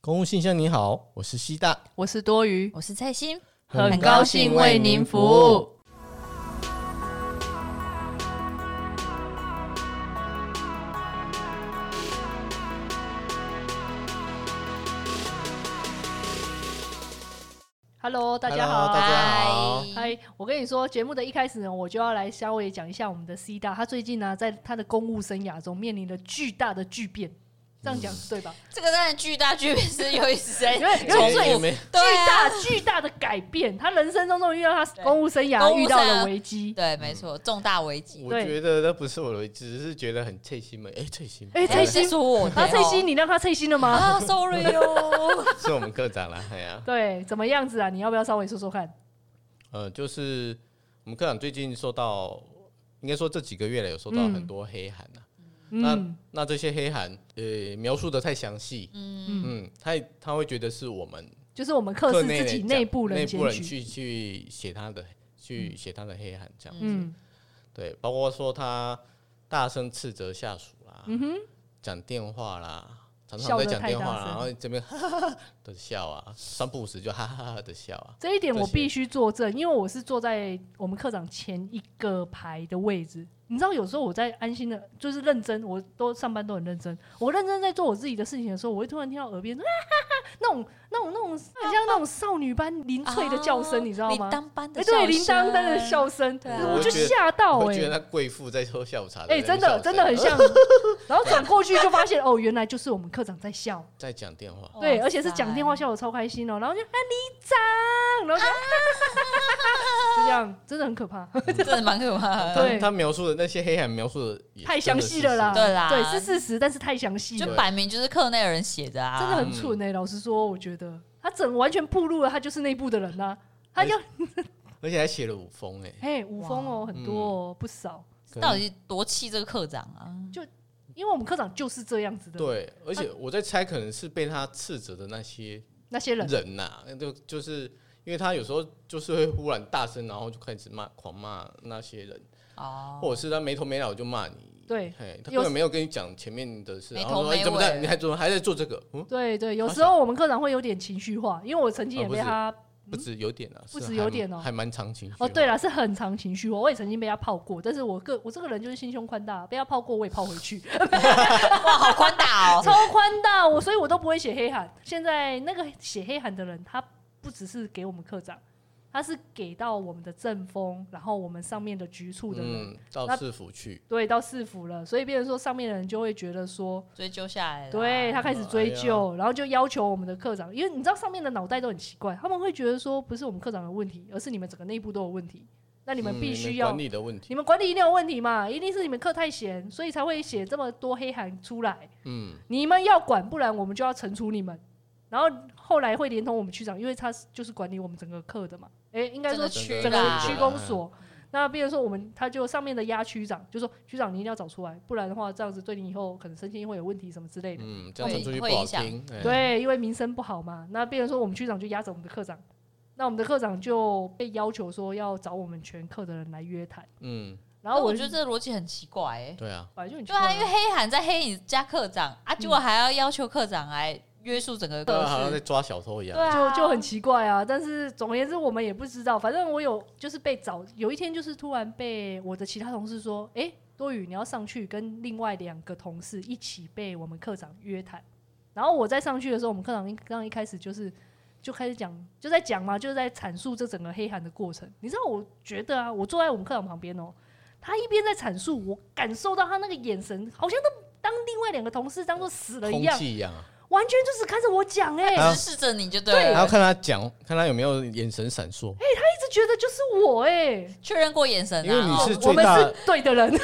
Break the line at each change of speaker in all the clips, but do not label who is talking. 公务信箱，你好，我是西大，
我是多余，
我是蔡心，
很高兴为您服务。。Hello，大家好。
Hello，大家好
嗨
嗨，我跟你说，节目的一开始呢，我就要来稍微讲一下我们的 C 大，他最近呢、在他的公务生涯中面临了巨大的巨变，这样讲对吧？
这个当然巨大巨变是由于实 在
因为因
从
为
此
最
我们
对
巨
啊
大巨大的改变，他人生当中遇到他公务生涯
公务
遇到
生
了
涯
危机。
对，没错，重大危机。
我
对
觉得那不是我的，只是觉得很脆心嘛。哎，脆 心，
哎
哎
翠
脆
心
是说我的
啊，翠心，
哦
你让他翠心了吗？
啊，sorry 哦，
是我们科长啦，哎呀，
对，怎么样子啊？你要不要稍微说说看？
呃，就是我们科长最近受到，应该说这几个月来有受到
嗯
很多黑函啊。
嗯，
那这些黑函，呃，描述的太详细，
嗯
嗯，他他会觉得是我们
就是我们克
课
是
内
自己
讲
内部人
嗯内
检
部人
举。
去去写他的，去写他的黑函这样子。
嗯
对，包括说他大声斥责下属啦，讲、电话啦，常常
笑
在
得
讲
太
电
大
话啦，
声
然后这边哈哈哈的笑啊，三不五时就哈哈哈的笑啊，
这一点我
这些
必须作证，因为我是坐在我们课长前一个排的位置。你知道，有时候我在安心的，就是认真，我都上班都很认真。我认真在做我自己的事情的时候，我会突然听到耳边啊哈哈那种、那种、那种，很像那种少女般零 脆的叫声，
啊
你知道吗
铃？铛般的
哎，
笑声，
对，铃铛般的笑声，
对啊
我就
我觉得
吓到
我
哎、
觉得那贵妇在喝下午茶
哎、
人
真
笑声
的真的 很像。然后转过去就发现，哦，原来就是我们科长在笑。
在讲电话，
哇
对，而且是讲电话
塞，
笑我超开心哦、然后就哎李长，然后就、 就这样，真的很可怕，
真的蛮可怕 的。
他
对
他描述的那些黑暗描述的也
太
真
详
的
细
是
了啦，
事
对啦
对是事实，但是太详细
就
了，
摆明就是课内的人写
嗯
的啊，
真的很蠢哎、老实说，我觉得他整完全暴露了，他就是内部的人啦、他就
实，而且还写了五封哎、
哎五封哦、很多
嗯
哦、不少，
可能
到底多气这个课长啊？
因为我们科长就是这样子的，
对，而且我在猜，可能是被他斥责的那些
那些人
人呐、那就就是因为他有时候就是会忽然大声，然后就开始骂、狂骂那些人，
哦，
或者是他没头没脑就骂你。
对
嘿，他
有
根本没有跟你讲前面的事，
没
然
头
后说
没
哎怎么在，
尾
你还怎么还在做这个？嗯，
对对，有
他
时候我们科长会有点情绪化，因为我曾经
啊
也
不
被
是
他
不止有点啊，
嗯不
是
止
还
有点哦
还蛮长情绪
哦，对
了，
了，是很常情绪化，我也曾经被他泡过，但是我个我这个人就是心胸宽大，被他泡过我也泡回去，
哇，好宽 大哦，
超宽大，我所以我都不会写黑函。现在那个写黑函的人，他不只是给我们科长，他是给到我们的正风，然后我们上面的局处的人，
嗯，到
那
市府去，
对，到市府了，所以变成说上面的人就会觉得说，
追究下来了啊，
对他开始追究，然后就要求我们的科长，因为你知道上面的脑袋都很奇怪，他们会觉得说不是我们科长有问题，而是你们整个内部都有问题，那你们
嗯
必须要、
管理的问题，
你们管理一定有问题嘛，一定是你们课太闲，所以才会写这么多黑函出来。
嗯，
你们要管，不然我们就要惩处你们。然后后来会连同我们区长，因为他是就是管理我们整个课的嘛，诶，应该说
整
个区
整个
啦
区公所。
嗯
那变成说我们他就上面的压区长就说区长你一定要找出来，不然的话这样子对你以后可能身心会有问题什么之类的。
嗯，这样
会
传出去不
会
好
影响
听，哎，
对，因为名声不好嘛。那变成说我们区长就压着我们的课长，那我们的课长就被要求说要找我们全课的人来约谈。
嗯，
然
然后
后
我
我
觉得这个逻辑很奇怪哎，
对啊，
本来就很奇
对啊，
怪
因为黑喊在黑你家课长啊，
嗯
结果还要要求课长来约束整个
对啊好
课
像在
室，
抓小偷一样，
对
就
啊，
就很奇怪啊。但是总而言之，我们也不知道。反正我有就是被找，有一天就是突然被我的其他同事说：“诶，多雨，你要上去跟另外两个同事一起被我们课长约谈。”然后我再上去的时候，我们课长一刚一开始就是就开始讲，就在讲嘛，就是在阐述这整个黑函的过程。你知道，我觉得啊，我坐在我们课长旁边哦，他一边在阐述，我感受到他那个眼神，好像都当另外两个同事当做死了一
空
样，
气一样啊，
完全就是看着我讲哎、
啊
指示着你就
对
对
然后
了，
看他讲，看他有没有眼神闪 烁，
一直觉得就是我哎、
确认过眼神啊，
因为你
哦
是
我
最
们
大，
是对的人，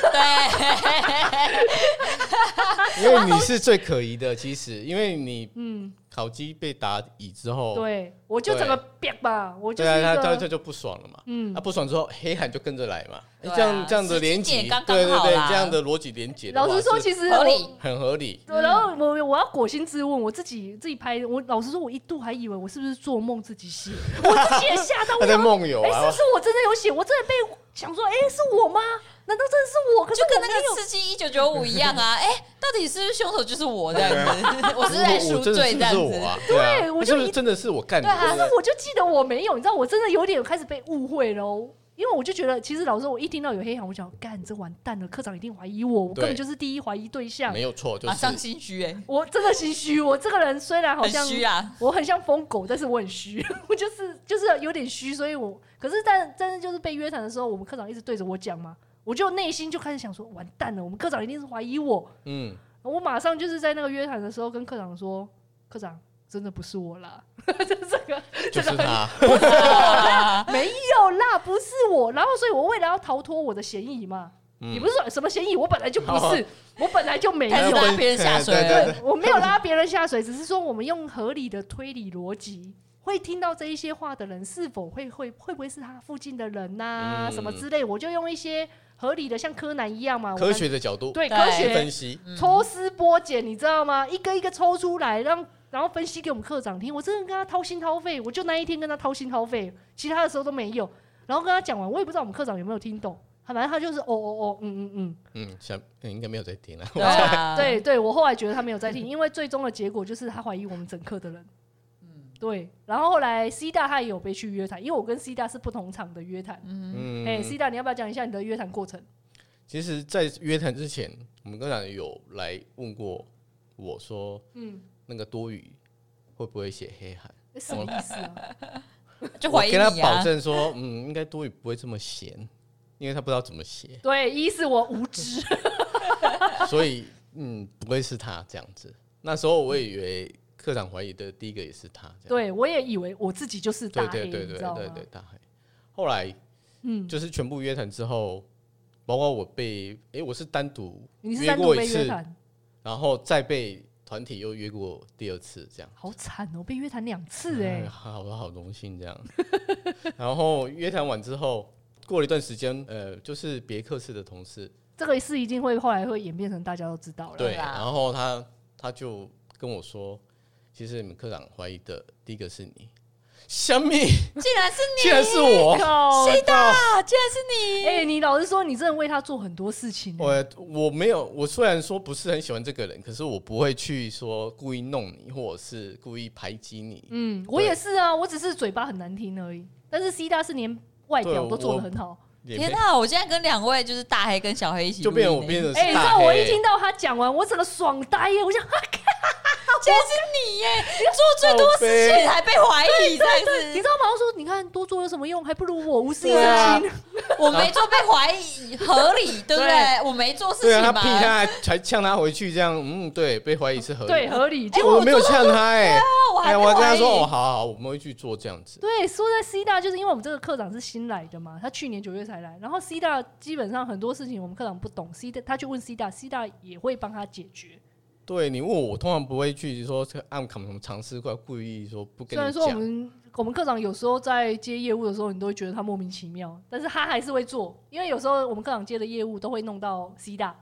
因为你是最可疑的，其实，因为你
哎嗯，
烤鸡被打椅之后，
对，我就整个瘪吧，我就是
哦对
一
啊，他他
个，
这就不啊爽了嘛。
嗯
他，不爽之后，黑喊就跟着来嘛。哎
对啊
这样这样的连
时
结，
间点刚刚
对对
好
对，
啦
这样的逻辑连结的话，
老实说，
是
其实
合
我
理
很合理。
对，然后我我要果心自问，我自己自己拍，我老实说，我一度还以 为我是不是做梦自己写，我自己也吓到，
他
我
在
想说，
梦游
哎、是
啊
不，是我真的有写？我真的被想说，哎、是我吗？难道真的是我？可是
就跟
我
那
没
个《
有。
刺激一九九五》一样啊！哎、到底是不是凶手就是我这样子？ 哎我是在
我
赎
我真的
罪
是
这
不
样
是
子
啊我。啊？对啊
对我
是
就
不是
一
真的是我干的？
对
可
啊
是我就记得我没有，你知道，我真的有点开始被误会喽。因为我就觉得，其实老师，我一听到有黑羊，我想，干，这完蛋了，科长一定怀疑我，我根本
对
就是第一怀疑对象
没。有错，就
马上
是
心虚哎、
我真的心虚，我这个人虽然好
很
像
虚啊！
我很像疯狗，但是我很虚， 我就是就是有点虚，所以我可是但但是就是被约谈的时候，我们科长一直对着我讲嘛，我就内心就开始想说，完蛋了，我们科长一定是怀疑我。
嗯，
我马上就是在那个约谈的时候跟科长说，科长真的不是我啦， 就这个
就是他，
啊
没有啦，不是我。然后所以我为了要逃脱我的嫌疑嘛，
嗯哎
也不是说什么嫌疑，我本来就不是，我本来就没
但
还
是
有
有。
拉
分
别人下水
对对
了
对，
我没有拉别人下水，只是说我们用合理的推理逻辑，会听到这一些话的人是否会会会不会是他附近的人呐、
嗯
什么之类，我就用一些合理的，像柯南一样嘛，我
科
们
学的角度
对
对
科
去
学
分析，
抽丝剥茧，你知道吗？一个一个抽出来，让然后分析给我们科长听。我真的跟他掏心掏肺，我就那一天跟他掏心掏肺，其他的时候都没有。然后跟他讲完，我也不知道我们科长有没有听懂，他反正他就是哦哦哦，嗯嗯嗯。
嗯，想应该没有在听了，
对啊，
对对，我后来觉得他没有在听，因为最终的结果就是他怀疑我们整课的人。
嗯
对，然后后来 C 大他也有被去约谈，因为我跟 C 大是不同场的约谈。哎、
嗯，
c 大你要不要讲一下你的约谈过程？
其实，在约谈之前，我们刚才有来问过我说，
嗯，
那个多语会不会写黑函？
什么意思啊？
就
我
怀疑
跟他
你
保
啊！
证说，嗯，应该多语不会这么闲，因为他不知道怎么写，
对，一是我无知，
所以嗯，不会是他这样子。那时候我也以为科长怀疑的第一个也是他，这样
对我也以为我自己就是大黑，
对对
你
对
知
对
道
对
吗？
对大黑。后来
嗯，
就是全部约谈之后，包括我被诶，我是单独
你是
约
单独
过
被
一
约
次，
谈，
然后再被团体又约过第二次，这样。
好惨哦，被约谈两次哎、
嗯好，我好荣幸这样。 然后约谈完之后，过了一段时间，呃，就是别克室的同事，
这个是一定会后来会演变成大家都知道了。
对，
啦
然后他他就跟我说，其实你们科长怀疑的第一个是你，小米
竟然是
竟然是我，
哎靠，
谁的？
啊！竟然是你！
哎、你老实说，你真的为他做很多事情、欸。
我我没有，我虽然说不是很喜欢这个人，可是我不会去说故意弄你，或者是故意排挤你。
嗯，我也是啊，我只是嘴巴很难听而已。但是 C 大是连外表
对
都做
我
的很好。
也
天
没
哪、我现在跟两位就是大黑跟小黑一起
就
录音欸，
变成我变成
哎、
是
你知
大
道我一
黑
听到他讲完，我整个爽呆耶！我想，啊
竟然是你耶！你做最多事情还被怀疑，这样
你知
子，
道吗？我说你看多做有什么用，还不如我无事一身
对啊
轻。
我没做被怀疑，合理对不对？我没做事
对啊，
情
他
嘛
屁，他还还呛他回去，这样嗯，对，被怀疑是合理。
对，合理。结
哎
果
我没有呛他哎、
那我还
哎，
被
我还跟
怀
他
疑
说哦，好好好，我们会去做这样子。
对，说在 C 大，就是因为我们这个科长是新来的嘛，他去年九月才来，然后 C 大基本上很多事情我们科长不懂，C 大他去问 C 大，C 大也会帮他解决。
对你问我，我通常不会去说这个按什么尝试过来，故意说不跟
虽然
你
说我
讲。
们我们科长有时候在接业务的时候，你都会觉得他莫名其妙，但是他还是会做，因为有时候我们科长接的业务都会弄到 C 大，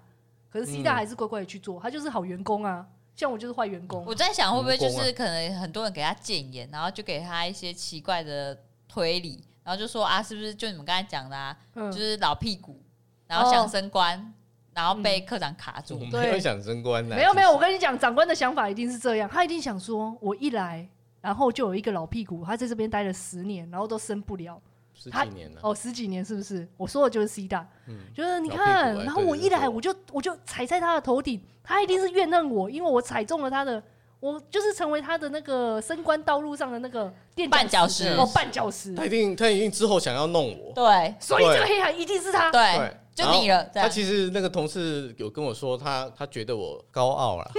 可是 C 大
嗯
还是乖乖的去做，他就是好员工啊，像我就是坏员工
我。在想会不会就
我们啊
是可能很多人给他谏言，然后就给他一些奇怪的推理，然后就说啊，是不是就你们刚才讲的啊，
嗯
就，是老屁股，然后想升官，然后被科长卡
我
住，
没有
对
想升官啊的，
没有没有，我
其实
跟你讲，长官的想法一定是这样，他一定想说，我一来，然后就有一个老屁股，他在这边待了十年，然后都升不了。
十
他
几年了，
哦，十几年是不是？我说的就是 C 大，
嗯，
就是你
老屁股
看，
哎
然后
对
我
对
一
对
来我就我就踩在他的头顶，他一定是怨恨我，因为我踩中了他的，我就是成为他的那个升官道路上的那个垫
绊脚石
哦，绊脚石。
他一定他一定之后想要弄我，
对
所以这个
对
黑函一定是他，
对，啊就
然后
你了这
他
样
其实那个同事有跟我说，他他觉得我高傲啦。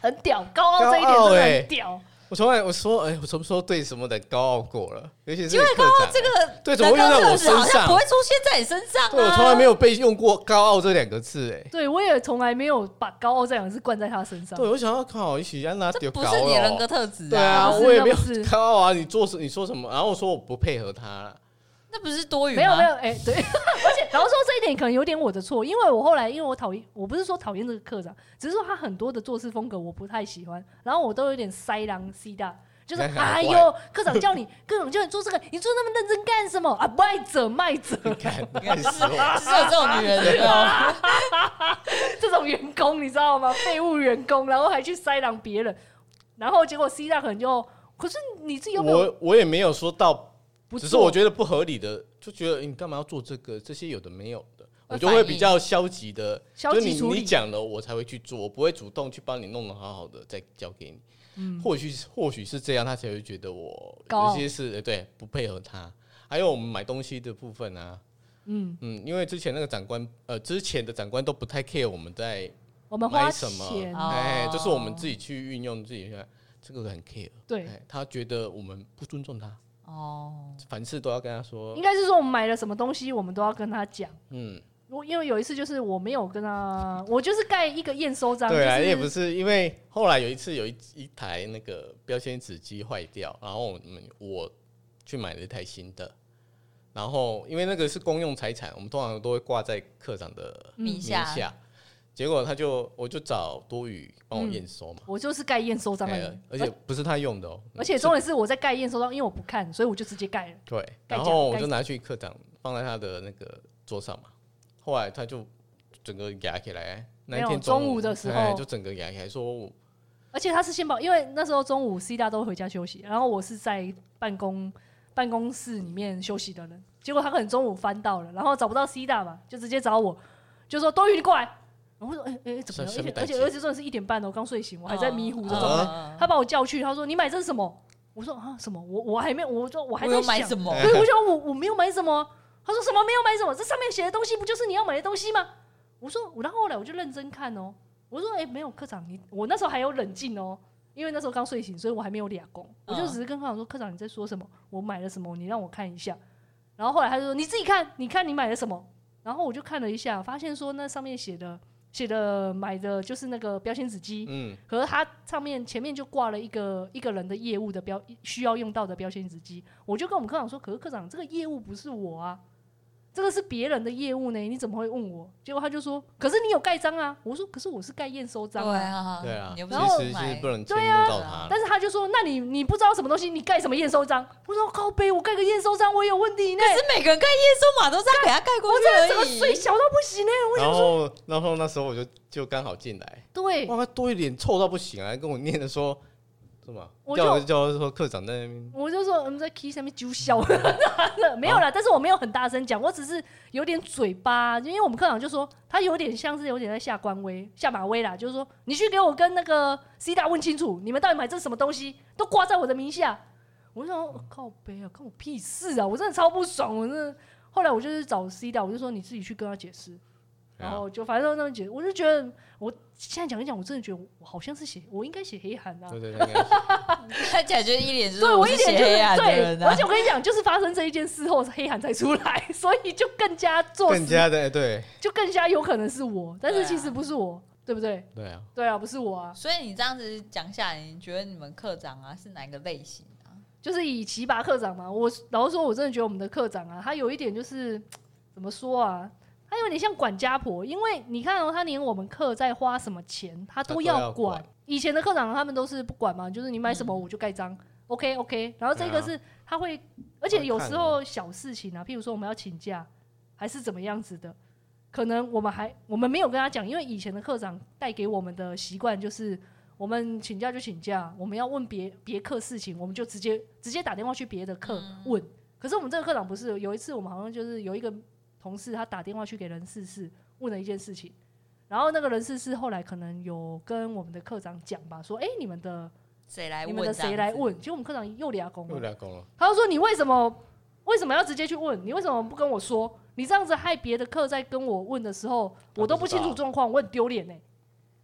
很屌，高傲这一点
高傲
真的
欸
很屌。
我从来我说，哎，我什么时候对什么人高傲过了？尤其是
结果
你
高
科
傲
长
这个
对怎么会用在我身上
好像不会出现在你身上啊！
对我从来没有被用过高傲这两个字，哎，
对我也从来没有把高傲这两个字灌在他身上。
对我想要靠一起让他
这
丢
不
高
是你的人
了
格。特质
对啊，
不是
我也没有
那不是
高傲啊！你做什你说什么？然后我说我不配合他 啦，
那不是多余吗？
没有没有，哎、对， 而且老实说这一点可能有点我的错，因为我后来因为我讨厌，我不是说讨厌这个科长，只是说他很多的做事风格我不太喜欢，然后我都有点塞狼 C 大， 就是
你还很
哎
坏
呦，科长叫你，科长叫你做这个，你做那么认真干什么啊？卖者卖 者，
看，看死我！
只有这种女人，对
哦
吧？
这种员工你知道吗？废物员工，然后还去塞狼别人，然后结果 C 大可能就，可是你自己 有没有
我我也没有说到，
不
只是
做
我觉得不合理的，就觉得你干嘛要做这个？这些有的没有的，
会
我就会
反
比
应
较消极的，
消
就
极
你
处理
你讲了，我才会去做，我不会主动去帮你弄得好好的再交给你。或许或许是这样，他才会觉得我
嗯高傲
有些事呃对不配合他。还有我们买东西的部分啊，
嗯，
嗯，因为之前那个长官，呃，之前的长官都不太 care 我们在
我们花
买什么
钱，
哦
哎，就是我们自己去运用自己去，哎这个很 care，
对，
哎，他觉得我们不尊重他，
哦，
凡事都要跟他说
应，该是说我们买了什么东西，我们都要跟他讲。
嗯，
我因为有一次就是我没有跟他，我就是盖一个验收章，
对啊，
就是
也不是因为后来有一次有一一台那个标签纸机坏掉，然后我们我去买了一台新的，然后因为那个是公用财产，我们通常都会挂在科长的
嗯
名下，结果他就我就找多余帮我
嗯
验收嘛。
我就是盖验收章的
哎
人，
而且不是他用的哦，
而且
是
重点是我在盖验收章，因为我不看，所以我就直接盖了。
对，
盖
然
奖
后我
盖
就拿去课长放在他的那个桌上嘛。后来他就整个压起来，那一
没有
天
中午
午
的时
哎
候
就整个压起来，说我
而且他是先把，因为那时候中午 C 大都回家休息，然后我是在办公办公室里面休息的人。结果他可能中午翻到了，然后找不到 C 大嘛，就直接找我，就说多余你过来。然后我说哎哎、怎么了？
什么
而且
代啊
而
志
且而且重点是一点半了，我刚睡醒，我还在迷糊的状态。
哦
他把我叫去，他说你买这是什么？我说啊什么？我我还没有，我说我还
我
在
有买
想。
什么？
对，我想我我没有买什么啊。他说什么没有买什么？这上面写的东西不就是你要买的东西吗？我说，然后后来我就认真看哦。我说，哎、没有，科长，你我那时候还有冷静哦，因为那时候刚睡醒，所以我还没有俩工。我
嗯
就只是跟科长说，科长你在说什么？我买了什么？你让我看一下。然后后来他就说，你自己看，你看你买了什么？然后我就看了一下，发现说那上面写的写的买的就是那个标签纸机，
嗯
可是它上面前面就挂了一个一个人的业务的标需要用到的标签纸机，我就跟我们科长说，可是科长这个业务不是我啊，这个是别人的业务呢，你怎么会问我？结果他就说，可是你有盖章啊，我说可是我是盖验收章
对
啊，
啊，
对啊，
你又不
其
是
实
买
是不能迁怒到他了。
但是他就说，那你你不知道什么东西，你盖什么验收章？我说靠背，我盖个验收章我也有问题呢，
是每个人盖验收码都是要给他盖过
我
去
这个怎么
而已。
水小到不行呢？我
然后，然后那时候我就就刚好进来，
对
哇，他多一点臭到不行啊，跟我念的说什么？
我
叫
就
叫说科长在那边，
我就说我们在 key 上面揪笑， 没有啦，但是我没有很大声讲，我只是有点嘴巴，因为我们科长就说他有点像是有点在下官威、下马威啦，就是说你去给我跟那个 C 大问清楚，你们到底买这是什么东西，都挂在我的名下。我就想说靠背啊，关我屁事啊！我真的超不爽，我真的。后来我就是找 C 大，我就说你自己去跟他解释，
哎啊
然后就反正那么解，我就觉得我现在讲一讲，我真的觉得我好像是写，我应该写黑函啊
对。对对， 应该是
看起来就是一脸就是
对我
是
一点
写
就是
黑暗的
对，
人啊
而且。我跟你讲，就是发生这一件事后，黑函才出来， 所以就更加做
更加的对
就更加有可能是我，但
对
是
啊
其实不是我，对不对？
对啊，
对啊，不是我啊，
所以你这样子讲下来，你觉得你们课长啊是哪个类型啊？
就是以奇拔课长嘛。我老实说，我真的觉得我们的课长啊，他有一点就是怎么说啊，他有点像管家婆，因为你看哦，他连我们课在花什么钱，他
他
都
都
要
要
管。
管嗯
以前的课长啊他们都是不管嘛，就是你买什么我就盖章、o k OK。然后这个
对啊
是他会，而且有时候小事情啊，譬如说我们要请假还是怎么样子的，可能我们还我们没有跟他讲，因为以前的课长带给我们的习惯就是。我们请假就请假，我们要问别别课事情，我们就直接直接打电话去别的课
嗯
问。可是我们这个课长不是，有一次我们好像就是有一个同事，他打电话去给人事室问了一件事情，然后那个人事室后来可能有跟我们的课长讲吧，说：“哎、你们的
谁来
你
问？
们的谁来？问？”结果我们课长又俩公
又
了，
俩公了，
他就说：“你为什么为什么要直接去问？你为什么不跟我说？你这样子害别的课在跟我问的时候，我都不清楚状况，我很丢脸呢。”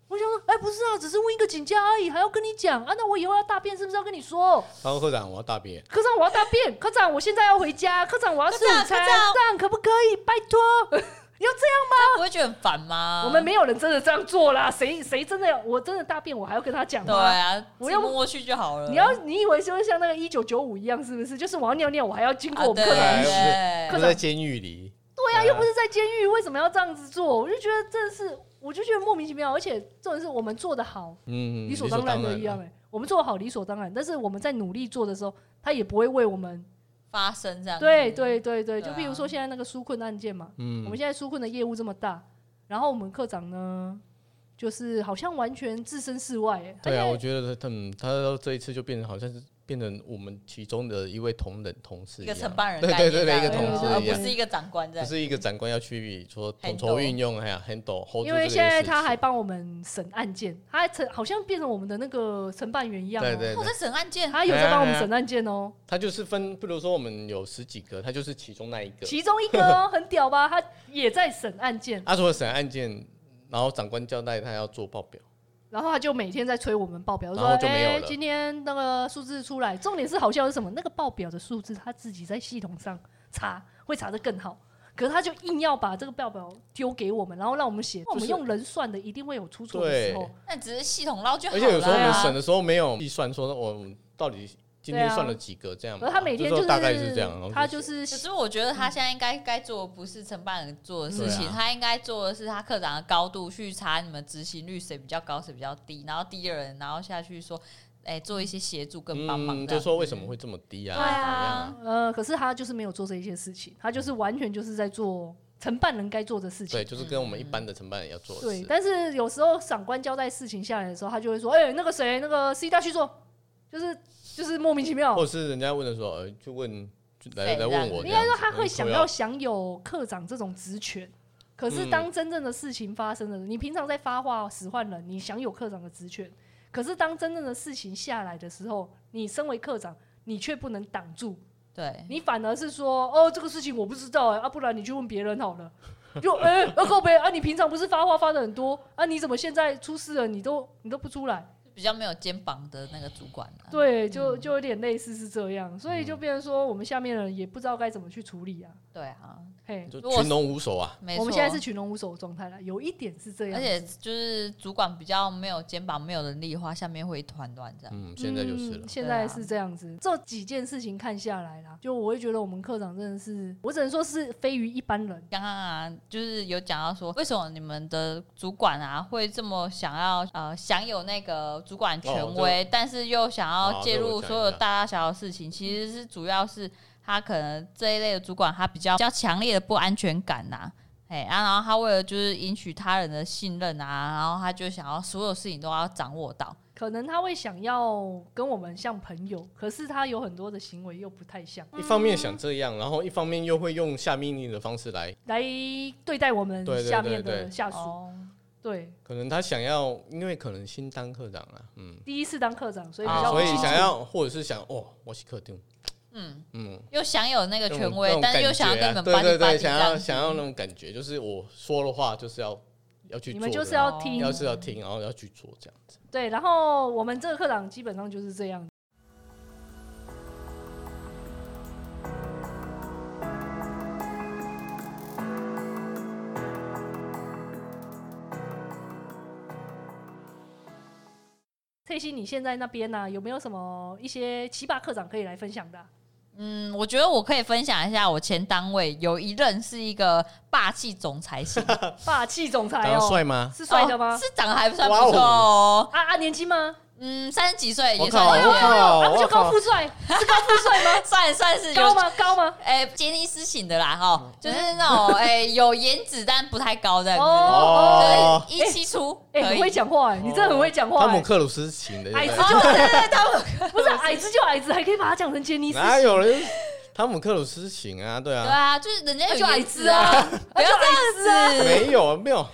我想说，哎、不是啊，只是问一个请假而已，还要跟你讲啊？那我以后要大便是不是要跟你说？
然后科长我要大便，
科长，我要大便。科长，我现在要回家。科长，我要吃午
科
餐。
长
科
科长
长，可不可以？拜托。
他不会觉得很烦吗？
我们没有人真的这样做啦，谁谁真的，我真的大便，我还要跟他讲
对
吗？
啊，
我
我
要
要摸过去就好了。
你要你以为就是像那个一九九五一样，是不是？就是我要尿尿，我还要经过
啊，
我们科
对
长
来
的
不
许
是
对
都在监狱里。
啊
啊
对啊，又不是在监狱，为什么要这样子做？我就觉得真的是，我就觉得莫名其妙，而且重点是我们做的好，
嗯，
理所当然的一样、欸。我们做得好理所当然，但是我们在努力做的时候，他也不会为我们。
发生这样子。
对对对对，就
对啊
比如说现在那个纾困案件嘛，我
嗯
们，现在纾困的业务这么大，然后我们科长呢，就是好像完全置身事外、欸。
对啊，
他
我
现
觉
在
得他们他到这一次就变成好像是变成我们其中的一位同仁同事
一
一
个
样，
承办人
对
概
对
念
对对，一个
这样子
同
对
事
而
一
不
样，
是一个长官这
不
样。
是一个长官要去说统
handle
筹运用，还有 handle hold 住
因
这
为
个
现在
事
他
情
还帮我们审案件，他还承好像变成我们的那个承办员一样、哦。
对对哎
我
对
在，审案件，
啊
他有在帮我们审案件哦、
他就是分，比如说我们有十几个，他就是其中那一个。
其中一个哦、很屌吧？他也在审案件，
他除了审案件，然后长官交代他要做报 表，
然后他就每天在催我们报表，就说
然后就没有
哎、
了
今天那个数字出来，重点是好笑的是什么？那个报表的数字他自己在系统上查，会查得更好。可是他就硬要把这个报表丢给我们，然后让我们写，我们用人算的一定会有出错的时候
对。
那只是系统捞就好
而
了
且有时候我们
啊
审的时候没有计算，说我们到底今天算了几个这样吧。
而啊他每天
就
就
说大概是这样，然后
他就
写
是
可是我觉得他现在应该该做的不是承办人做的事情，
对啊
他应该做的是他科长的高度去查你们执行率谁比较高，谁比较低，然后低的人然后下去说，哎、做一些协助跟帮忙、
嗯，
这样
就说为什么会这么低啊？
对啊
怎么样啊
呃，可是他就是没有做这些事情，他就是完全就是在做承办人该做的事情
对，。就是跟我们一般的承办人要做的
嗯对，
事。
但是有时候长官交代事情下来的时候，他就会说：“哎、那个谁，那个 C 大去做，就是就是莫名其妙。
或”者是人家问的时候，呃，就问就来
谁
来问我这样子，
应该说他会
嗯
想要享有科长这种职权，可
嗯
是当真正的事情发生了，你平常在发话使唤人，你享有科长的职权，可是当真正的事情下来的时候，你身为科长，你却不能挡住，
啊
对，啊
你反而是说：“哦，这个事情我不知道、哎，啊，不然你去问别人好了。”就哎，啊，靠北啊！你平常不是发话发的很多啊？你怎么现在出事了，你都你都不出来？
比较没有肩膀的那个主管、啊，
对，就就有点类似是这样，所以就变成说我们下面的人也不知道该怎么去处理啊。
对啊，
嘿，
就
如果
群龙无首啊。
没错。
我们现在是群龙无首的状态了，有一点是这样
而
子，
且就是主管比较没有肩膀、没有能力的话，下面会一团乱这样。
嗯，现在就是了
嗯。现在是这样子。这几件事情看下来啦，就我会觉得我们科长真的是，我只能说是非于一般人。
刚刚啊，就是有讲到说，为什么你们的主管啊会这么想要呃享有那个主管权
哦
威，但是又想要介入所有大大小小的事情，其实是主要是他可能这一类的主管他比较比较强烈的不安全感呐、哎啊，然后他为了就是赢取他人的信任啊，然后他就想要所有事情都要掌握到，
可能他会想要跟我们像朋友，可是他有很多的行为又不太像，
一方面想这样，然后一方面又会用下命令的方式来，
来对待我们
对对
下面
对
的
对
下属。
哦，
对，
可能他想要，因为可能新当科长了，嗯，
第一次当科长，所以比
啊
较
所以
不清
想
楚
要，或者是想哦，我是客定，
嗯，
嗯，
又享有那
那
个
种
权
那
威
种，
但是又想要
感觉
跟
啊
你
对对
们巴唧巴
对，
唧这
想
样
要
子，
想要那种感觉，就是我说的话就是要要去做的，
你们就是
哦
要听，
要是要听，然后要去做这样子。
对，然后我们这个课长基本上就是这样。翠西，你现在那边呢、有没有什么一些奇葩课长可以来分享的啊、
嗯，我觉得我可以分享一下，我前单位有一任是一个霸气总裁型，
霸气总裁
长得
哦，
帅吗？
是 帅的
哦
吗？
是长得还算不错哦，
啊啊，年轻吗？
嗯，三十几岁
我
也
靠，
算
我
是，
啊，
靠，
不
我
就高
靠
富！帅，是高富帅吗？
算算是
高
有。
吗？哦高吗？
哎、杰尼斯型的啦，哈，就是那种 哎、有颜值但不太高这样子，
哦
哦，
一七出
哎、
可
很
以，
会讲话哎、你真的很会讲话、哎
汤姆克鲁斯型的，
矮子
对
哦
就
哎 汤姆
不是矮子就矮子，还可以把它讲成杰尼斯，
哪有人汤姆克鲁斯型啊？对
对
啊，
啊，就是人家
那
有
就矮
颜值
子啊
啊，不要这样子，
没有没有，
哦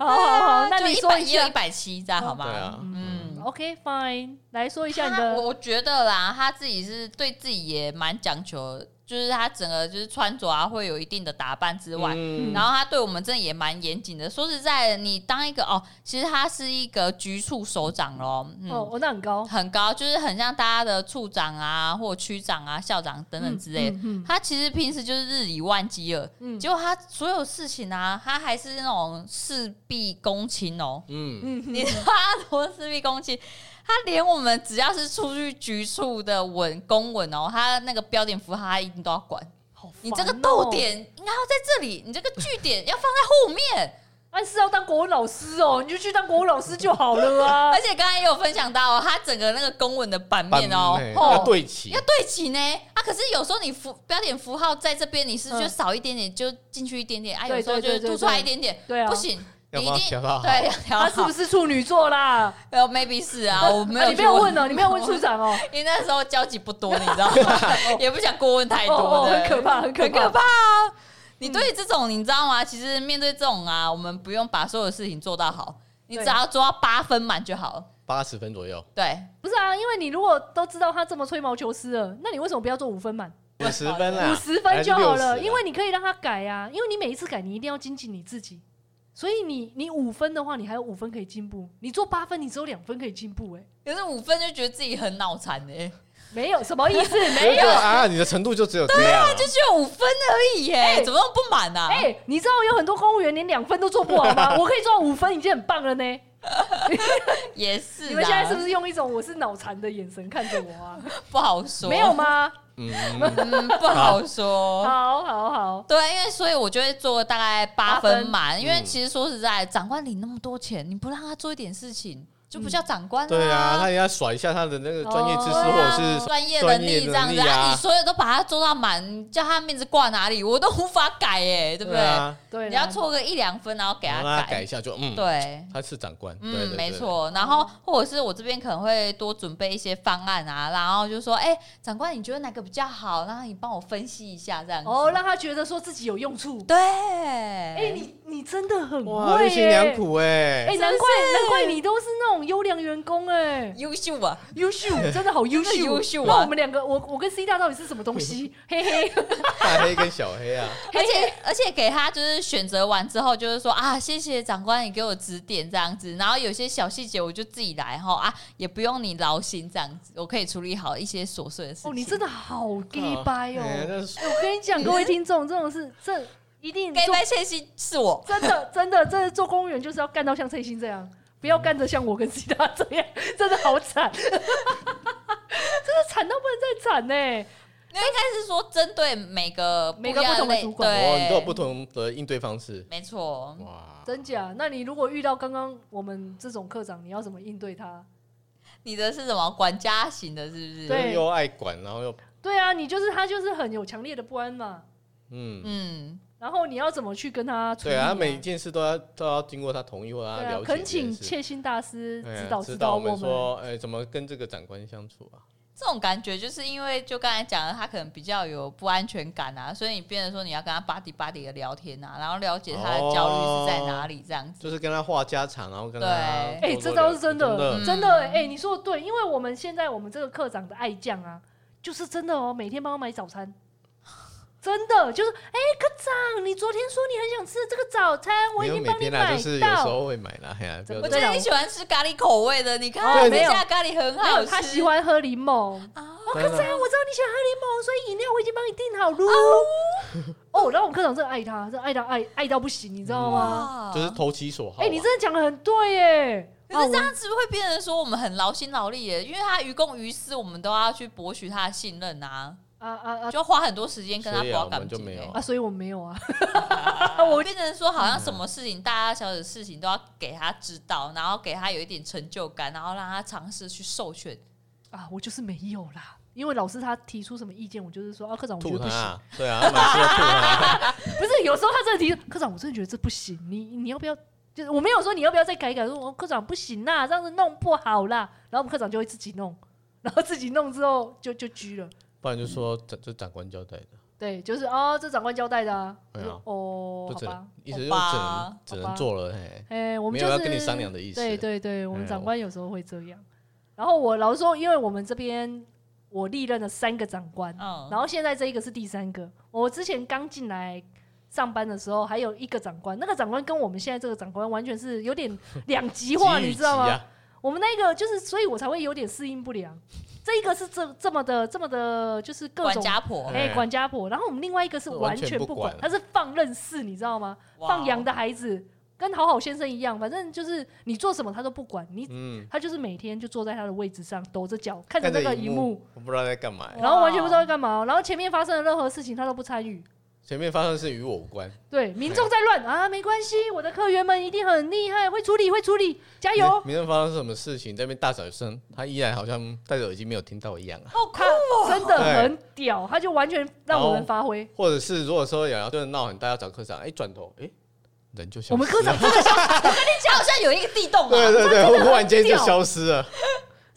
好好好，那
啊就
你
一
说
百
一
也有一
下，
百七这样好
对
吗？
啊，
嗯，
OK fine，来说一下你
他
的哦
我我觉得啦，他自己是对自己也蛮讲求，就是他整个就是穿着啊，会有一定的打扮之外。
嗯
然后他对我们真的也蛮严谨的。说实在的，你当一个哦，其实他是一个局处首长咯，嗯，
哦，哦那很高，
很高，就是很像大家的处长啊，或区长啊、校长等等之类的。
嗯，嗯
他其实平时就是日理万机了，
嗯
结果他所有事情啊，他还是那种事必躬亲哦，
嗯，
嗯嗯
你知道他多私密攻击，他连我们只要是出去局处的文公文哦，他那个标点符号他一定都要管。
好烦哦
你这个逗，点应该要在这里，你这个句点要放在后面。
啊，是要当国文老师哦，你就去当国文老师就好了 啊
而。且刚才也有分享到、哦，它整个那个公文的版
版
面哦，
面
吼
要对齐
要，对齐呢啊！可是有时候你符标点符号在这边，你是
嗯
就少一点点，就进去一点点啊，
对
有时候
对
就
对对
凸出来一点点，
对啊
不行，
要
你一
把它
定
调到好
对要调
他是不
好。
是处女座啦？
没有 maybe 是啊，我没有、
啊你没有问
哦，
哦，你没有问处长哦。
因为那时候交集不多，你知道吗？ 也不想过问太多，
哦哦
对
很可怕很可
很
怕
可怕啊！你对于这种，你知道吗？其实面对这种啊，我们不用把所有事情做到好，你只
对
要做到八分满就好了。
八十分左右，
对，
不是啊，因为你如果都知道他这么吹毛求疵了，那你为什么不要做五分满？
五十分啦，
五十分就好了，
60
因为你可以让他改啊，因为你每一次改，你一定要精进你自己。所以你你五分的话，你还有五分可以进步；你做八分，你只有两分可以进步、欸。
可是五分就觉得自己很脑残哎、
没有什么意思，
就
没
觉
有
得。啊，你的程度就只有这样啊，
就只有五分而已耶，
哎
怎么那么不满啊？
哎、你知道有很多公务员连两分都做不好吗？我可以做到五分，已经很棒了呢。
也是啊，
你们现在是不是用一种我是脑残的眼神看着我啊？
不好说？
没有，吗？
嗯，
嗯，不好说。
好好好，
对，因为所以我就会做大概八
八分
分满，因为
嗯
其实说实在，长官领那么多钱，你不让他做一点事情，就
嗯
不叫长官
对啊，他也要甩一下他的那个专业知识
哦
或者
对啊
是
专业
专
能
业
力这样
能
子，
力
啊，
啊
你所有都把它做到满，叫他面子挂哪里，我都无法改耶，对不对？
啊，
对啦，
你要错个一两分，然后给
然
他
后让
改
他，改一下就嗯，
对。
他是长官，对对
嗯，
对
没，错。然后或者是我这边可能会多准备一些方案啊，然后就说，哎、长官，你觉得哪个比较好？然后你帮我分析一下这样子。
哦，让他觉得说自己有用处。
对，
哎、
哎
你你真的很
哇，用
会耶、
心良苦哎
哎、，难怪难怪你都是那种优良员工哎、
优秀啊，
优秀， 真的好优秀，
真的优秀啊
那我们两个，我我跟 C 大到底是什么东 西？嘿嘿，
大黑跟小黑啊，
而且而且给他就是选择完之后，就是说啊，谢谢长官你给我指点这样子，然后有些小细节我就自己来哈啊，也不用你劳心这样子，我可以处理好一些琐碎的事情。
哦， 你真的好 gay 掰哦！
哎
哎
那是
我跟你讲，各位听众，这种事这一定
该
做
拜千心是 我，
真的真的真的做公务员就是要干到像翠欣这样，不要干得像我跟 C 大这样， 真的好惨， 真的惨到不能再惨呢、
那应该是说针对每个
每个
一样
不同的
类
主管
哦，你都有
对，
不同的应对方式，
没错。
哇，
真假？那你如果遇到刚刚我们这种科长，你要怎么应对他？
你的是什么管家型的，是不是？
对
又爱管，然后又
对啊，你就是他，就是很有强烈的不安嘛。
嗯。
嗯，
然后你要怎么去跟他处理、
对啊，他每一件事都要都要经过他同意或他
对
了解，
啊
这
恳
件事。
请切心大师
哎呀
指导
指
指
导我
导我
们
们。
说，哎，怎么跟这个长官相处啊？
这种感觉就是因为就刚才讲的，他可能比较有不安全感啊，所以你变成说你要跟他巴迪巴迪的聊天啊，然后了解他的焦虑是在哪里这样子。
就是跟他话家常，然后跟他
对
哎、
多
这
多
倒
聊
是真的，
真
嗯
真的哎、你说的对，因为我们现在我们这个科长的爱将啊，就是真的哦，每天帮我买早餐，真的就是哎、科长，你昨天说你很想吃这个早餐，我
没
已
有
经
每
帮你
天啦，
买
就是有时
到。
候会买啦，嘿啊，不要
怎
我
么
这
觉
样
得你喜欢吃咖喱口味的，你
哦
看我
没
们
有
家咖喱很
没
好
有，
吃。
他喜欢喝柠檬。哦，科
真的
长，我知道你喜欢喝柠檬，所以饮料我已经帮你订好了。 哦，然后我们科长真的爱他，真的爱他爱爱到不行，你知道吗？
哇
啊就是投其所好啊。
哎、你真的讲的很对耶。
哦可
啊
是这样子会变成说我们很劳心劳力耶，因为他于公于私，我们都要去博取他的信任啊，
我啊啊啊
就花很多时间跟他
所以啊
保
我
感
们就
情
没
耶
有嗯
啊！所以我没有啊，
我欸变成说，好像什么事情，大大小小的事情都要给他知道，然后给他有一点成就感，然后让他尝试去授权。
啊，我就是没有啦。因为老师他提出什么意见，我就是说啊，科长，我觉
吐他
得不行。
啊，对啊，他满是吐他啊。
不是，有时候他真的提出，科长，我真的觉得这不行，你你要不要？就是我没有说你要不要再改一改，说哦，科长不行啦，这样子弄不好啦。然后我们科长就会自己弄，然后自己弄之后就就拘了。
不然就说长这长官交代的，
对，就是哦，这长官交代的啊。
对啊
我说哦，
就
好
只
吧
能。一直就只
好吧
能只
好
能
吧
做了，嘿，
哎，我们
没
就
有
是
要跟你商量的意思。
对对对，我们
哎
长
我
官有时候会这样。然后我老实说，因为我们这边我历任了三个长官，
嗯，
然后现在这一个是第三个。我之前刚进来上班的时候，还有一个长官，那个长官跟我们现在这个长官完全是有点两极 化，
急与
你知道
急
吗？
啊？
我们那个就是，所以我才会有点适应不良。这一个是这这么的，这么的，就是各
管
种。
家婆，
哎、
哎
管家婆，然后我们另外一个是
完
完
全
全
不
不
管
管，他是放任式，你知道吗？
哇
放羊的孩子跟好好先生一样，反正就是你做什么他都不管，你
嗯，
他就是每天就坐在他的位置上，抖着脚看着
看
那
着
个
荧
荧幕，
我不知道在干嘛。
然后完全不知道在干嘛，然后前面发生的任何事情他都不参与，
前面发生的事与我无关，
对，民众在乱啊，没关系，我的客员们一定很厉害，会处理，会处理，加油！
没没人发生什么事情，在那边大小声，他依然好像戴着耳机没有听到一样啊。
好酷
他真的很屌，他就完全让我们发挥。
或者是如果说有人真的闹很大，要找科长，哎、转头，哎、人就消失。
我们 科长真的
他好像有一个地洞
对
啊，
对对，忽然间就
屌
消失了。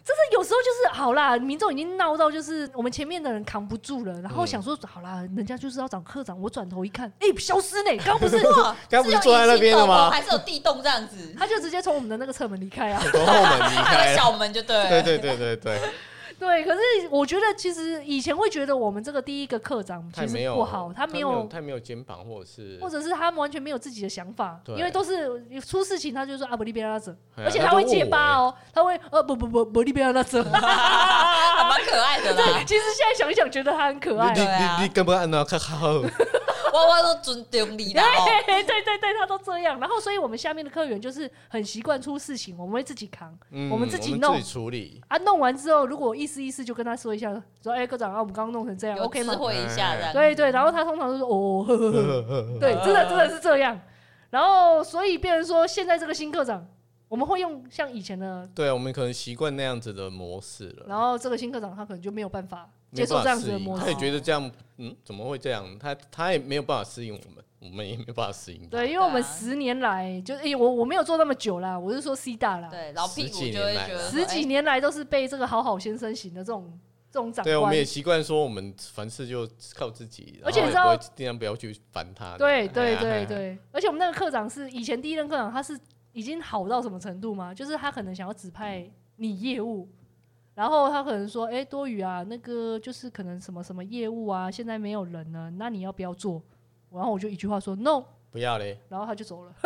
真的有时候就是好啦，民众已经闹到就是我们前面的人扛不住了，然后想说、好啦，人家就是要找科长，我转头一看，哎、消失呢，刚不是，
哇，
刚不是坐在那边的吗
哦是有隐哦形斗篷还是有地洞这 样子？
他就直接从我们的那个侧门离开啊。
从后门离
他
开
的
了。
小门就对了，
对对对对对，
对，可是我觉得其实以前会觉得我们这个第一个科长
他
其
没
实
有
不好，他没有，
他没有肩膀，或者是
或者是他完全没有自己的想法，
对
因为都是出事情他就说啊不利贝拉者，
哎呀
而且
他
他
都
会
问
结
我欸
巴哦，他会呃不不不不利贝拉 者，
还蛮可爱的啦。
其实现在想一想觉得他很可爱
你，
对啊
你你根本按到看好，
我我都尊重你啦哦，
对对对对，他都这样。然后，所以我们下面的客源就是很习惯出事情，我们会自己扛
嗯
我们自己弄
自己处理。
啊。弄完之后，如果意思意思，就跟他说一下，说哎，科长啊，我们刚刚弄成这样
哦有
，OK
智
吗？
慧一下这样。
对对，然后他通常都说哦，呵呵
呵
呵，
呵呵
对，真的真的是这样。然后，所以变成说，现在这个新科长，我们会用像以前的，
对，我们可能习惯那样子的模式了。
然后这个新科长他可能就没有办法
没
接
有办
受
法
这样子
适
的
应
模
他
式
也。觉得这样，嗯，怎么会这样？他他也没有办法适应我们，我们也没有办法适应他。
对，因为我们
对啊
十年来，就哎、我我没有做那么久啦，我是说 C 大啦，
对，老屁股就会觉得哎
十几年来都是被这个好好先生型的这种这种长
对，啊我
官
们，也习惯说我们凡事就靠自己，
而且
然
你
后也
知道
不会尽量不要去烦他。
对对
哎呀
对，对，而且我们那个科长是以前第一任科长，他是已经好到什么程度吗？就是他可能想要指派你业务，
嗯
然后他可能说，哎、多余啊，那个就是可能什么什么业务啊，现在没有人了，那你要不要做？然后我就一句话说 no，
不要嘞，
然后他就走了，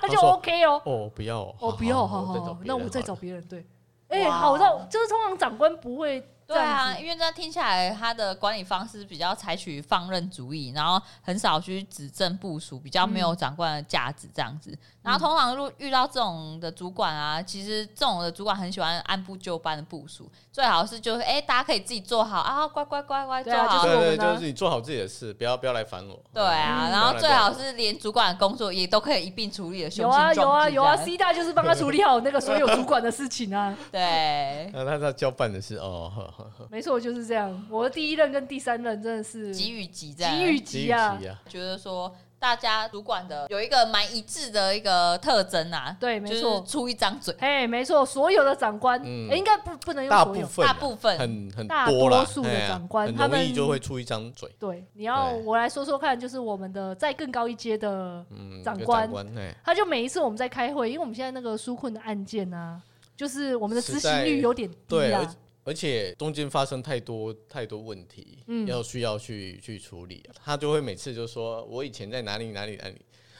他就
说
OK 哦，
哦，不要哦，
哦不要，好
我
好
再找
好
别，
那
人
我再
好
找
了
别人，对，哎、
哇
好到就是通常长官不会这
对
样
啊，
子，
因为这样听下来，他的管理方式比较采取放任主义，然后很少去指正部署，比较没有长官的价值这样
嗯
子。然后通常如遇到这种的主管啊，其实这种的主管很喜欢按部就班的部署，最好是就是哎、大家可以自己做好啊，乖乖乖乖
对
做
啊
好。
就是我
对对，
们呢
就是你做好自己的事，不要不要来烦我。
对啊，
嗯
然后最好是连主管的工作也都可以一并处理的，
有
雄
啊
心壮志
有啊有啊
这样
，C 大就是帮他处理好那个所有主管的事情 啊。
对，
那他他交办的是哦， 呵呵呵
没错，就是这样。我的第一任跟第三任真的是
给予急这样，
给予
急
级啊
急，啊，
觉得说大家主管的有一个蛮一致的一个特征啊，
对，
就
没
是
错，
出一张嘴，
嘿，没错，所有的长官，哎
嗯
诶应该不不能用
大
所
部
有，
分啊
大部分
很很
大
多啦
多数的
哎呀
长官他
很容
们
易就会出一张嘴。
对，你要
对
我来说说看，就是我们的再更高一阶的，
嗯，
长
有
官
官哎，
他就每一次我们在开会，因为我们现在那个纾困的案件啊，就是我们的
实
执行
在
率有点低
对，而
啊，
而且中间发生太多太多问题，
嗯
要需要去去处理，啊他就会每次就说我以前在哪里哪里哪里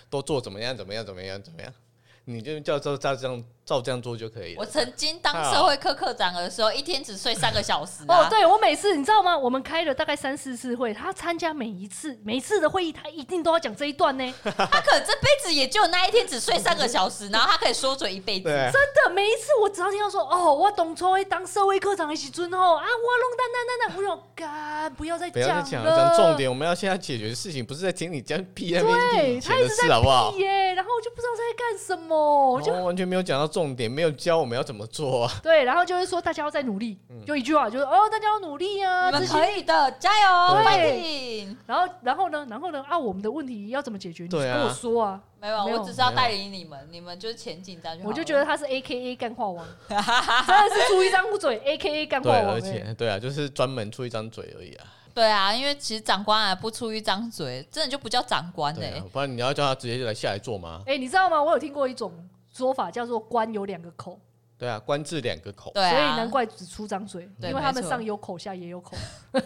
都做怎么样怎么样怎么样怎么样，你就照照照这样照这样做就可以
我
了。
曾经当社会科科长的时候，一天只睡三个小时、啊。
哦，对我每次你知道吗？我们开了大概三四次会，他参加每一次每一次的会议，他一定都要讲这一段 呢。
他可能这辈子也就那一天只睡三个 小时，然后他可以说嘴一辈子。
对，啊
真的，每一次我只要听到说哦，我董超会当社会科长的时阵吼，啊，我弄蛋蛋蛋蛋，我有干，不要再
不要再
讲
讲
了，
了，讲重。点，我们要现在解决的事情，不是在听你讲屁在那边
对，
以
他
前
一
的
直在
事，好不好
屁？耶，哎然后我就不知道在干什么，就
然后完全没有讲到重点，没有教我们要怎么做 啊！
对，然后就是说大家要再努力，
嗯
就一句话，就是哦，大家要努力啊，
你
这
们
些。
可以的，加油
对
，fighting！
然后，然后呢？然后呢？啊，我们的问题要怎么解决？你
对啊
跟我说啊，
没有，
没有
我只是要带领你们，你们就是前进这样就好
我
了
就觉得他是 A K A 干 话王，真的是出一张嘴 A K A 干话
对，
王、
而
欸。
且对啊，就是专门出一张嘴而已啊。
对啊，因为其实长官啊不出一张嘴，真的就不叫长官欸嘞、
对啊，不然你要叫他直接就来下来做吗？
哎、你知道吗？我有听过一种说法，叫做“官有两个口”。
对啊，官至两个口，
对啊，
所以难怪只出张嘴，
对
因为他们
没错
上有口，下也有 口。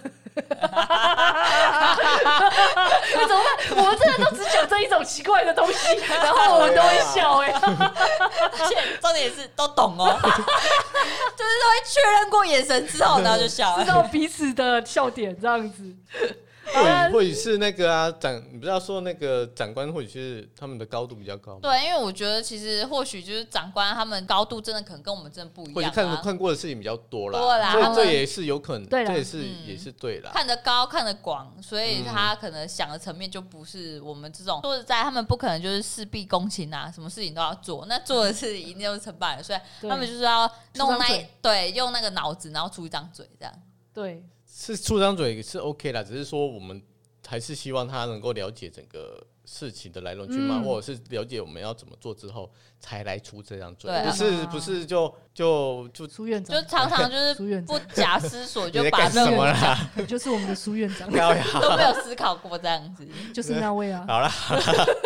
你怎么办？我们真的都只讲这一种奇怪的东西，然后我们都会
啊
笑哎、
而且重点是都懂 哦，就是会确认过眼神之后，然后就笑
知
了。
道彼此的笑点这样子。好了
或或许是那个啊，长你不是要说那个长官，或许是他们的高度比较高吗，
对，因为我觉得其实或许就是长官他们高度真的可能跟我们真的不一
或许
样、
看
啊，
看过的事情比较多啦，
多啦
所
他
以
们
这也是有可能，
对啦
这也是、
嗯
也是对啦。
看得高，看得广，所以他可能想的层面就不是我们这种。说实在，他们不可能就是事必躬亲啊，什么事情都要做，那做的事一定都是成败的，所以
对
他们就是要弄
出张
那
嘴
对用那个脑子，然后出一张嘴这样。
对
是出张嘴是 OK 啦，只是说我们还是希望他能够了解整个事情的来龙去脉，
嗯
或者是了解我们要怎么做之后才来出这张嘴，
对啊
不是不是就就就
苏院
就
长
常常就
苏
是
院
不
长
假思 索
你
就
在
把
干
这
什
种
么啦？，
就是我们的苏院 长
高雅，
都没有思考过这样 子，
就是那位啊。
好啦，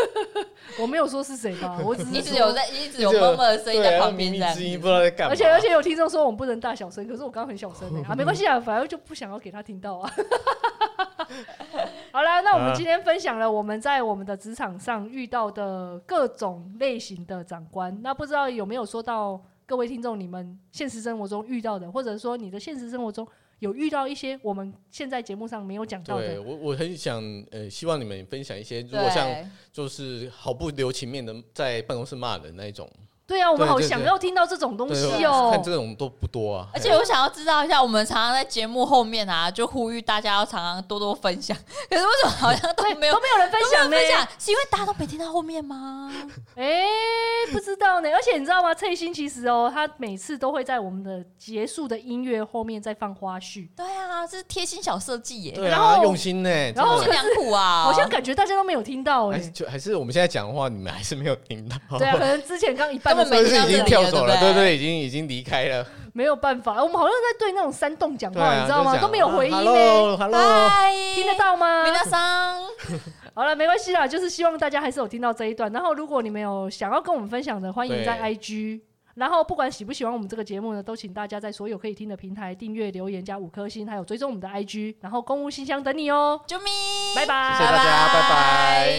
我没有说是谁吧，我只是
一直
说
有，在一直有默默的声音在旁边这
对啊那靡靡
样
之音，
子。
不知道在干嘛。
而且而且有听众说我们不能大小声，可是我刚刚很小声欸啊，没关系啊，反正就不想要给他听到啊。好啦，那我们今天分享了我们在我们的职场上遇到的各种类型的长官，那不知道有没有说到各位听众你们现实生活中遇到的，或者说你的现实生活中有遇到一些我们现在节目上没有讲到
对
的，
我我很想呃，希望你们分享一些，如果像
对，
就是毫不留情面的在办公室骂人那一种，
对啊，我们
对
好
对
想
对
要听到这种东
对
西
我
哦、
看这种都不多啊。
而且我想要知道一下，我们常常在节目后面啊，就呼吁大家要常常多多分享。 可是为什么好像都
对，
没 有
都没有人分享呢
都没有？分享？是因为大家都没听到后面吗？
哎、不知道呢。而且你知道吗？翠欣其实哦，他每次都会在我们的结束的音乐后面再放花絮，
对啊，这是贴心小设计耶，
对
然
啊，
后
用心呢、
然后
真
是
的
良苦啊，
好像感觉大家都没有听到哎、
还是就还是我们现在讲的话，你们还是没有听到。
对啊，可能之前刚一半的时候
就
根本
是
没听到
已经跳走了，
这里了对
对
不对
对，已经已经离开了。
没有办法，我们好像在对那种山洞讲
对
话，
啊，
你知道吗？
就讲
都没有回音欸
啊
呢、
Hello，Hello，
嗨，
听得到吗？
皆さん，
好了，没关系啦，就是希望大家还是有听到这一段。然后，如果你们有想要跟我们分享的，欢迎在 IG。然后，不管喜不喜欢我们这个节目呢，都请大家在所有可以听的平台订阅、留言加五颗星，还有追踪我们的 IG。然后，公务信箱等你哦、
救命！
拜拜，
谢谢大家，拜拜。